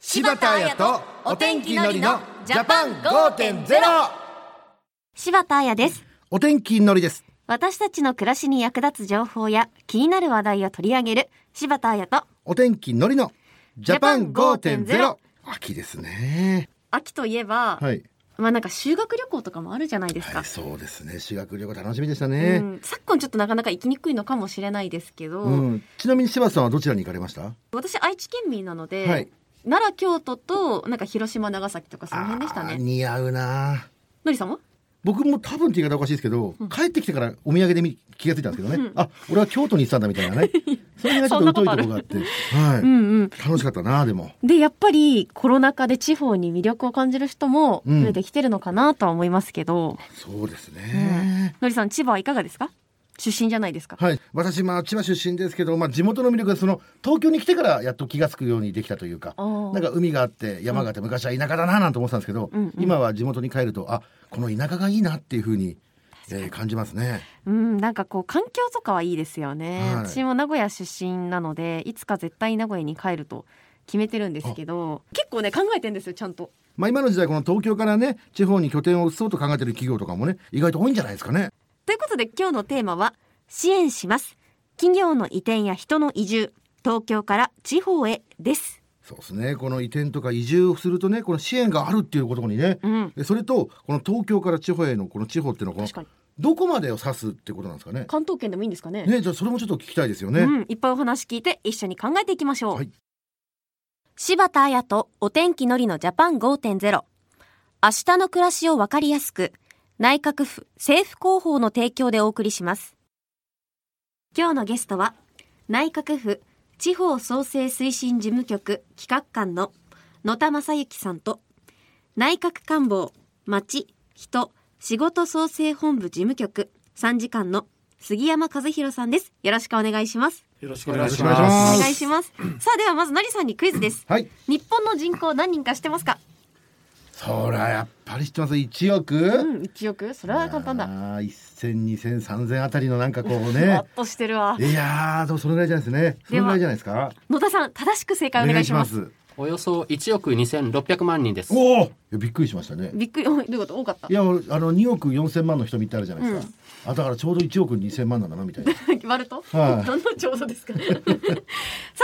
柴田彩とお天気のりのジャパン5.0柴田彩です。お天気のりです私たちの暮らしに役立つ情報や気になる話題を取り上げる柴田彩とお天気のりのジャパン5.0 5.0秋ですね秋といえば、はい、まあなんか修学旅行とかもあるじゃないですか。はい、そうですね修学旅行楽しみでしたうね、ん、昨今ちょっとなかなか行きにくいのかもしれないですけど、うんちなみに柴田さんはどちらに行かれました私愛知県民なので、はい奈良京都となんか広島長崎とかその辺でしたあーね。似合うなのりさんは僕も多分って言い方おかしいですけど、帰ってきてからお土産で見気がついたんですけどね、あ俺は京都に行ってたんだみたいな ねそれがちょっと疎いとこがあってはい、うんうん。楽しかったなでもでやっぱりコロナ禍で地方に魅力を感じる人もうん増えてきてるのかなとは思いますけど、そうですね、のりさん千葉はいかがですか出身じゃないですか、はい私まあ千葉出身ですけど、まあ、地元の魅力がその東京に来てからやっと気が付くようにできたというかあーなんか海があって山があって昔は田舎だななんて思ってたんですけど、うんうん今は地元に帰るとあこの田舎がいいなっていうふうに、えー感じますねうん、なんかこう環境とかはいいですよね、はい私も名古屋出身なのでいつか絶対名古屋に帰ると決めてるんですけど結構ね考えてんですよちゃんとまあ今の時代この東京からね地方に拠点を移そうと考えてる企業とかもね意外と多いんじゃないですかねということで今日のテーマは支援します企業の移転や人の移住東京から地方へですそうですねこの移転とか移住をするとねこの支援があるっていうことにね、うんでそれとこの東京から地方へのこの地方っていうのはこ確かのにどこまでを指すってことなんですかね関東圏でもいいんですかねねじゃあそれもちょっと聞きたいですよね、うん、いっぱいお話聞いて一緒に考えていきましょう、はい柴田彩とお天気のりのジャパン5.0明日の暮らしをわかりやすく内閣府政府広報の提供でお送りします今日のゲストは内閣府地方創生推進事務局企画官の野田正幸さんと内閣官房町人仕事創生本部事務局参事官の杉山和弘さんですよろしくお願いしますよろしくお願いしお願いしまますす。お願いしますさあではまずのりさんにクイズですはい日本の人口何人か知ってますかそりゃやっぱり知ってます1億、ん1億それは簡単だあー100020003000あたりのなんかこうふわねっとしてるわいやーでもそれぐらいじゃないですねそれぐらいじゃないですか野田さん正しく正解お願いしますお願いしおよそ1億2600万人です。おおいやびっくりしましたねびっくりおいどういうこと多かったいやあの2億4000万の人見ってあるじゃないですか、あだからちょうど1億2000万なんだなみたいな割る と、はいどのちょうどですかさ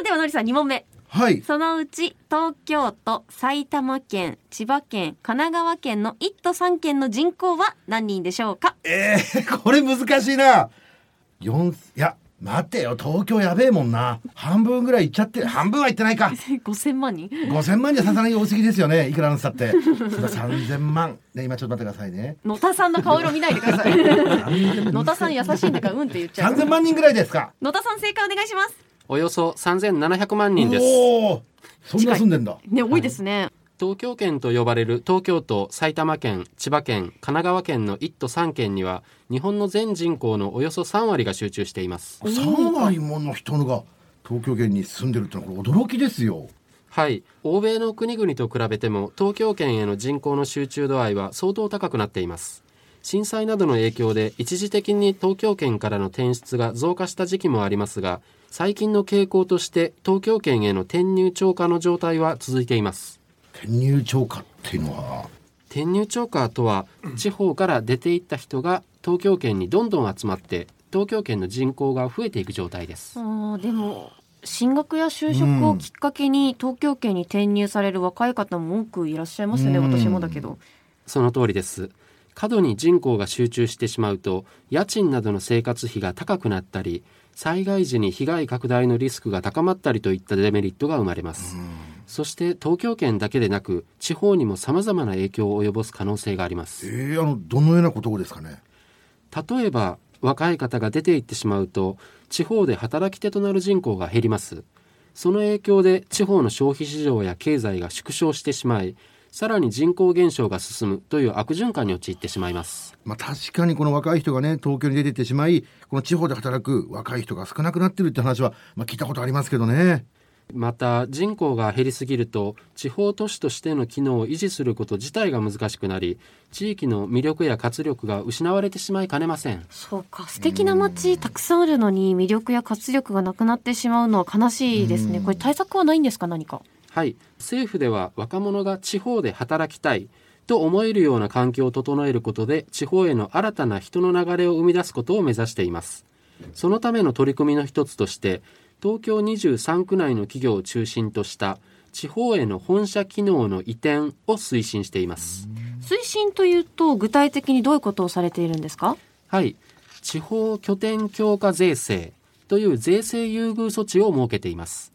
あではのりさん2問目はい そのうち東京都埼玉県千葉県神奈川県の1都3県の人口は何人でしょうかえー、これ難しいな。四いや待てよ東京やべえもんな。半分ぐらいいっちゃって半分はいってないか。 5000万人五千万じゃさすがに多すぎですよね。いくらなんつったって。それは三千万。ね今ちょっと待ってくださいね。野田さんの顔色見ないでく ださい野田さん優しいんだからうんって言っちゃ三う千万人ぐらいですか。野田さん正解お願いしますおよそ3700万人です。おおそんな住んでんだ。ね多いですね、東京圏と呼ばれる東京都、埼玉県、千葉県、神奈川県の1都3県には、日本の全人口のおよそ3割が集中しています。三割もの人が東京圏に住んでるってのはこれ驚きですよ。はい。欧米の国々と比べても、東京圏への人口の集中度合いは相当高くなっています。震災などの影響で、一時的に東京圏からの転出が増加した時期もありますが、最近の傾向として、東京圏への転入超過の状態は続いています。転入超過っていうのは。転入超過とは、地方から出ていった人が東京圏にどんどん集まって、東京圏の人口が増えていく状態です。あーでも進学や就職をきっかけに東京圏に転入される若い方も多くいらっしゃいますよね、うん私もだけどその通りです。過度に人口が集中してしまうと、家賃などの生活費が高くなったり、災害時に被害拡大のリスクが高まったりといったデメリットが生まれます。そして東京圏だけでなく、地方にも様々な影響を及ぼす可能性がありまえす。ー、あのどのようなことですかね。例えば、若い方が出て行ってしまうと、地方で働き手となる人口が減ります。その影響で地方の消費市場や経済が縮小してしまい、さらに人口減少が進むという悪循環に陥ってしまいます。まあ、確かにこの若い人がね東京に出ていってしまいこの地方で働く若い人が少なくなってるって話は、まあ、聞いたことありますけどね。また人口が減りすぎると地方都市としての機能を維持すること自体が難しくなり地域の魅力や活力が失われてしまいかねませんそうか素敵な街たくさんあるのに魅力や活力がなくなってしまうのは悲しいですねこれ対策はないんですか何かはい、政府では若者が地方で働きたいと思えるような環境を整えることで地方への新たな人の流れを生み出すことを目指していますそのための取り組みの一つとして東京23区内の企業を中心とした地方への本社機能の移転を推進しています推進というと具体的にどういうことをされているんですかはい地方拠点強化税制という税制優遇措置を設けています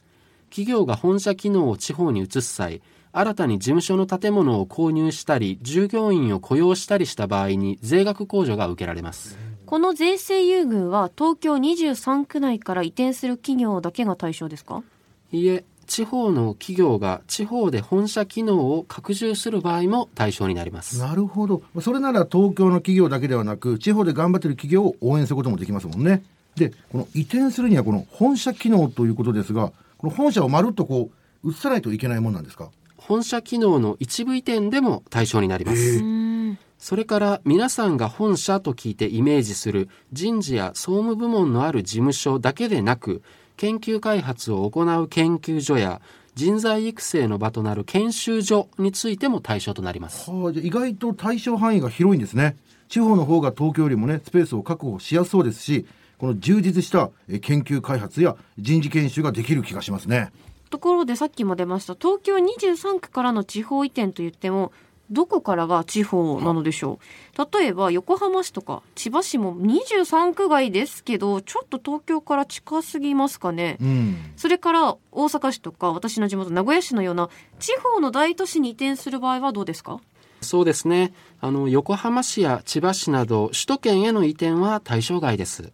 企業が本社機能を地方に移す際新たに事務所の建物を購入したり従業員を雇用したりした場合に税額控除が受けられますこの税制優遇は東京23区内から移転する企業だけが対象ですかいいえ地方の企業が地方で本社機能を拡充する場合も対象になりますなるほど。それなら東京の企業だけではなく、地方で頑張ってる企業を応援することもできますもんね。で、この移転するにはこの本社機能ということですが、この本社をまるっとこう、移さないといけないもんなんですか本社機能の一部移転でも対象になりますうーんそれから皆さんが本社と聞いてイメージする人事や総務部門のある事務所だけでなく研究開発を行う研究所や人材育成の場となる研修所についても対象となります。はあ、じゃあ意外と対象範囲が広いんですね。地方の方が東京よりもね、スペースを確保しやすそうですし、この充実したえ研究開発や人事研修ができる気がしますね。ところでさっきも出ました東京23区からの地方移転と言ってもどこからが地方なのでしょう例えば横浜市とか千葉市も23区外ですけどちょっと東京から近すぎますかねうん。それから大阪市とか私の地元名古屋市のような地方の大都市に移転する場合はどうですかそうですね。あの、横浜市や千葉市など首都圏への移転は対象外です。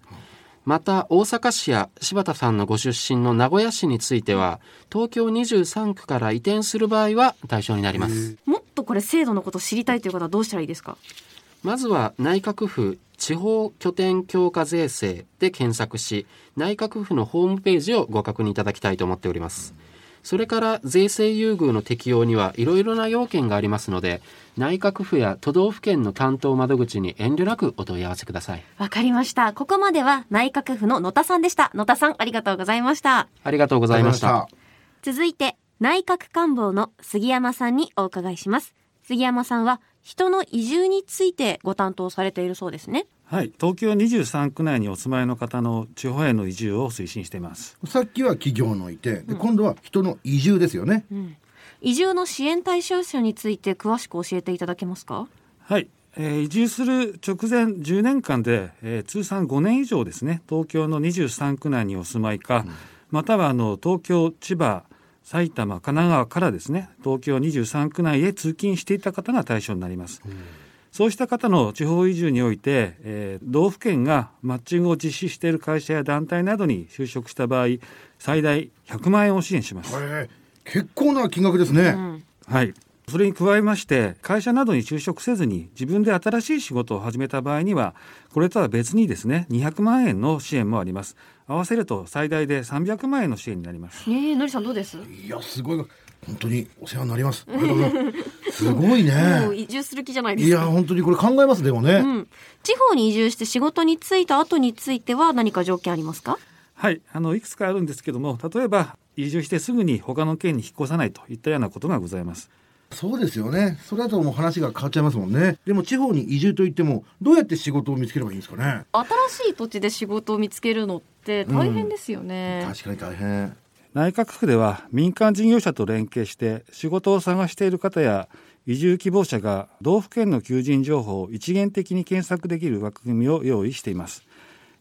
また、大阪市や柴田さんのご出身の名古屋市については、東京23区から移転する場合は対象になります。もっとこれ制度のことを知りたいという方はどうしたらいいですかまずは内閣府地方拠点強化税制で検索し、内閣府のホームページをご確認いただきたいと思っております。それから税制優遇の適用にはいろいろな要件がありますので、内閣府や都道府県の担当窓口に遠慮なくお問い合わせください。わかりましたここまでは内閣府の野田さんでした野田さんありがとうございましたありがとうございました。続いて内閣官房の杉山さんにお伺いします杉山さんは人の移住についてご担当されているそうですねはい、東京23区内にお住まいの方の地方への移住を推進しています。さっきは企業の移転、で今度は人の移住ですよね。移住の支援対象者について詳しく教えていただけますかはい、えー移住する直前10年間で、えー通算5年以上ですね、東京の23区内にお住まいか、またはあの東京、千葉、埼玉、神奈川からですね、東京23区内へ通勤していた方が対象になります。そうした方の地方移住において、えー道府県がマッチングを実施している会社や団体などに就職した場合、最大100万円を支援します。へえ結構な金額ですね。はい。それに加えまして、会社などに就職せずに自分で新しい仕事を始めた場合には、これとは別にですね、200万円の支援もあります。合わせると最大で300万円の支援になります。ねえのりさんどうですいや、すごい。本当にお世話になります。あ りがとうございます。すごいもうね。移住する気じゃないでいすや、か本当にこれ考えます、でもね。うん、地方に移住して仕事に就いた後については何か条件ありますかはい。あの、いくつかあるんですけども、例えば、移住してすぐに他の県に引っ越さないといったようなことがございます。そうですよね。それだともう話が変わっちゃいますもんね。でも地方に移住といっても、どうやって仕事を見つければいいんですかね。新しい土地で仕事を見つけるのって大変ですよね、確かに大変。内閣府では民間事業者と連携して仕事を探している方や移住希望者が道府県の求人情報を一元的に検索できる枠組みを用意しています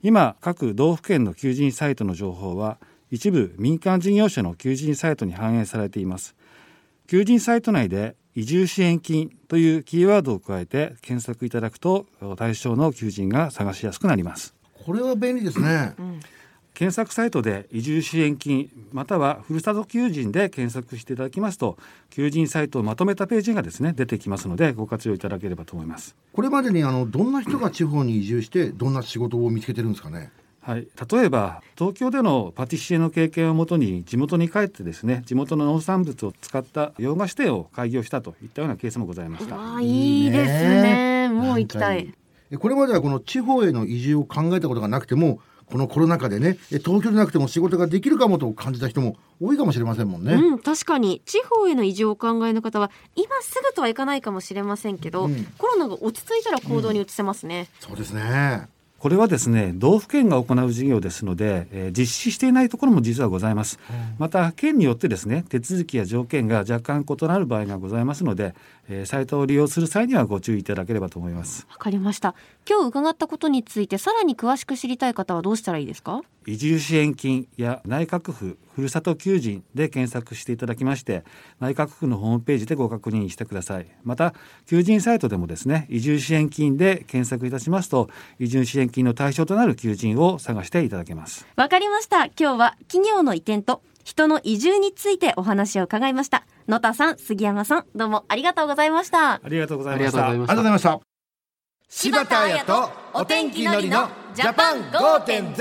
今各道府県の求人サイトの情報は一部民間事業者の求人サイトに反映されています求人サイト内で移住支援金というキーワードを加えて検索いただくと対象の求人が探しやすくなりますこれは便利ですね。検索サイトで移住支援金またはふるさと求人で検索していただきますと求人サイトをまとめたページがですね出てきますのでご活用いただければと思います。これまでにあのどんな人が地方に移住してどんな仕事を見つけてるんですかね。はい、例えば東京でのパティシエの経験をもとに地元に帰ってですね地元の農産物を使った洋菓子店を開業したといったようなケースもございました。ああいいですねもう行きたいなんかいい。えこれまではこの地方への移住を考えたことがなくてもこのコロナ禍でね、え東京でなくても仕事ができるかもと感じた人も多いかもしれませんもんね。うん、確かに地方への移住をお考えの方は今すぐとはいかないかもしれませんけど、うんコロナが落ち着いたら行動に移せますね、そうですね。これはですね道府県が行う事業ですので、えー実施していないところも実はございます、また県によってですね手続きや条件が若干異なる場合がございますので、えーサイトを利用する際にはご注意いただければと思いますわかりました今日伺ったことについてさらに詳しく知りたい方はどうしたらいいですか移住支援金や内閣府ふるさと求人で検索していただきまして内閣府のホームページでご確認してくださいまた求人サイトでもですね移住支援金で検索いたしますと移住支援金の対象となる求人を探していただけますわかりました今日は企業の移転と人の移住についてお話を伺いました野田さん杉山さんどうもありがとうございましたありがとうござあいりまがしとうごたざいあまりしがとうたござい。ました。柴田彩とお天気のりのジャパン5.0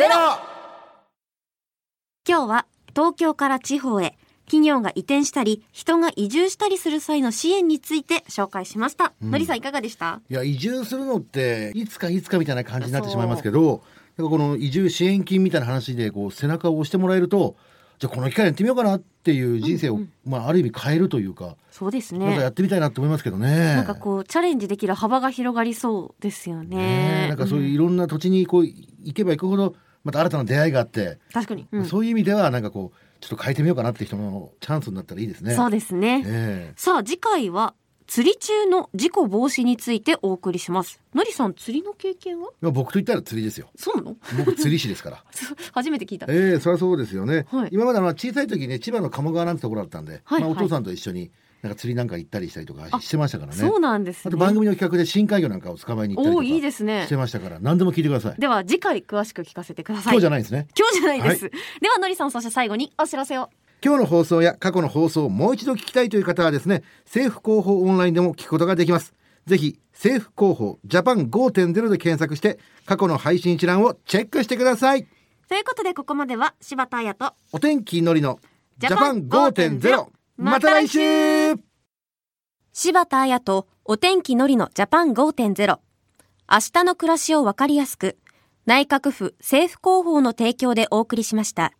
今日は東京から地方へ企業が移転したり人が移住したりする際の支援について紹介しました、のりさんいかがでしたいや移住するのっていつかいつかみたいな感じになってしまいますけどなんかこの移住支援金みたいな話でこう背中を押してもらえるとじゃあこの機会やってみようかなっていう人生を、まあ、ある意味変えるというか、そうですなんかやねってみたいなと思いますけどね。なんかこうチャレンジできる幅が広がりそうですよねえねなんかそういういろんな土地にこう行けば行くほどまた新たな出会いがあって、確かに、うんそういう意味ではなんかこうちょっと変えてみようかなって人のチャンスになったらいいですね。そうでですねえさあ次回は釣り中の事故防止についてお送りしますのりさん釣りの経験はえ僕と言ったら釣りですよ。そうなの 僕釣り師ですから。初めて聞いたええそりゃそうですよね。はい今まであの小さい時ね千葉の鴨川なんてところだったんで、はいまあ、はおい父さんと一緒になんか釣りなんか行ったりしたりとかあしてましたからね。そうなんですあねと番組の企画で深海魚なんかを捕まえに行ったりとおおかいいですねしてましたから何でも聞いてください。では次回詳しく聞かせてください今日じゃないんですね。今日じゃないです、ではのりさんそして最後にお知らせを今日の放送や過去の放送をもう一度聞きたいという方はですね、政府広報オンラインでも聞くことができます。ぜひ、政府広報ジャパン5.0で検索して、過去の配信一覧をチェックしてください。ということでここまでは柴田彩とお天気のりのジジャャパパンン5.0 5.0。また来週柴田彩とお天気のりのジャパン5.0明日の暮らしをわかりやすく内閣府政府広報の提供でお送りしました。